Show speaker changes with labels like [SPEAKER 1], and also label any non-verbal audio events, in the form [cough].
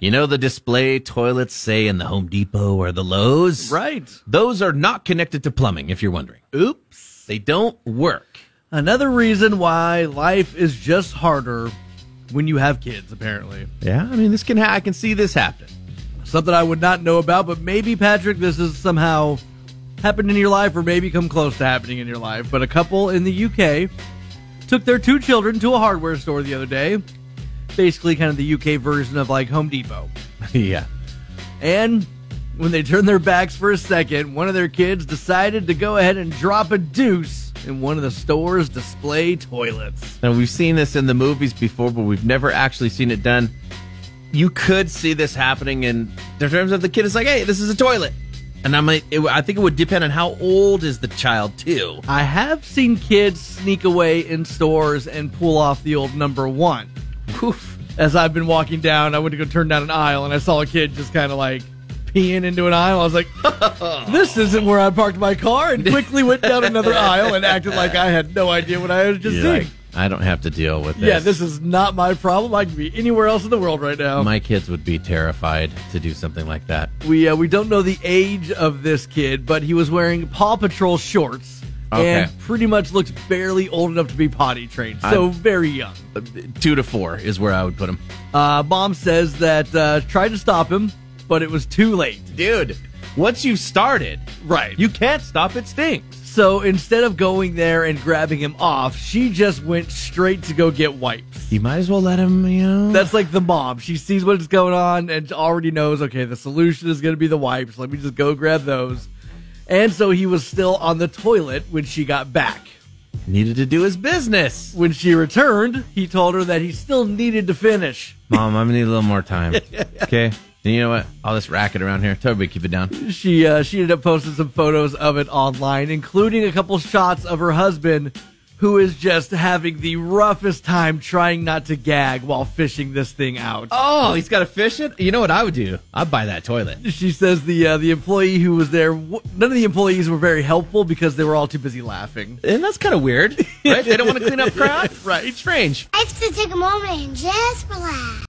[SPEAKER 1] You know the display toilets, say, in the Home Depot or the Lowe's?
[SPEAKER 2] Right.
[SPEAKER 1] Those are not connected to plumbing, if you're wondering.
[SPEAKER 2] Oops.
[SPEAKER 1] They don't work.
[SPEAKER 2] Another reason why life is just harder when you have kids, apparently.
[SPEAKER 1] Yeah, I mean, this can ha- I can see this happen. [laughs]
[SPEAKER 2] Something I would not know about, but maybe, Patrick, this has somehow happened in your life or maybe come close to happening in your life. But a couple in the UK took their two children to a hardware store the other day. Basically, kind of the UK version of like Home Depot.
[SPEAKER 1] yeah.
[SPEAKER 2] And when they turned their backs for a second, one of their kids decided to go ahead and drop a deuce in one of the store's display toilets.
[SPEAKER 1] Now, we've seen this in the movies before, but we've never actually seen it done. You could see this happening in the terms of the kid is like, hey, this is a toilet. And I'm like, it, I think it would depend on how old is the child, too.
[SPEAKER 2] I have seen kids sneak away in stores and pull off the old number one.
[SPEAKER 1] Oof.
[SPEAKER 2] As I've been walking down, I went to go turn down an aisle and I saw a kid just kind of like peeing into an aisle. I was like, [laughs] this isn't where I parked my car, and quickly went
[SPEAKER 1] [laughs]
[SPEAKER 2] down another aisle and acted like I had no idea what I was just
[SPEAKER 1] You're
[SPEAKER 2] seeing.
[SPEAKER 1] like, I don't have to deal with this.
[SPEAKER 2] yeah, this is not my problem. I could be anywhere else in the world right now.
[SPEAKER 1] My kids would be terrified to do something like that.
[SPEAKER 2] We uh, we don't know the age of this kid, but he was wearing Paw Patrol shorts
[SPEAKER 1] Okay.
[SPEAKER 2] and pretty much looks barely old enough to be potty trained, so very young.
[SPEAKER 1] Two to four is where I would put them.
[SPEAKER 2] Uh, Mom says that uh, tried to stop him, but it was too late.
[SPEAKER 1] Dude, once you've started,
[SPEAKER 2] Right.
[SPEAKER 1] you can't stop. It stinks.
[SPEAKER 2] so instead of going there and grabbing him off, she just went straight to go get wipes.
[SPEAKER 1] You might as well let him, you know.
[SPEAKER 2] That's like the mom. She sees what's going on and already knows, okay, the solution is going to be the wipes. Let me just go grab those. And so he was still on the toilet when she got back.
[SPEAKER 1] needed to do his business.
[SPEAKER 2] When she returned, he told her that he still needed to finish.
[SPEAKER 1] Mom, I'm gonna need a little more [laughs] time. Okay. And you know what? All this racket around here. Tell everybody to keep it down.
[SPEAKER 2] She uh, she ended up posting some photos of it online, including a couple shots of her husband, who is just having the roughest time trying not to gag while fishing this thing out.
[SPEAKER 1] Oh, he's got to fish it. You know what I would do? I'd buy that toilet.
[SPEAKER 2] She says the uh, the employee who was there, w- none of the employees were very helpful because they were all too busy laughing.
[SPEAKER 1] And that's kind of [laughs] weird, right? they don't want to clean up crap, right? Strange.
[SPEAKER 3] I have to take a moment and just relax.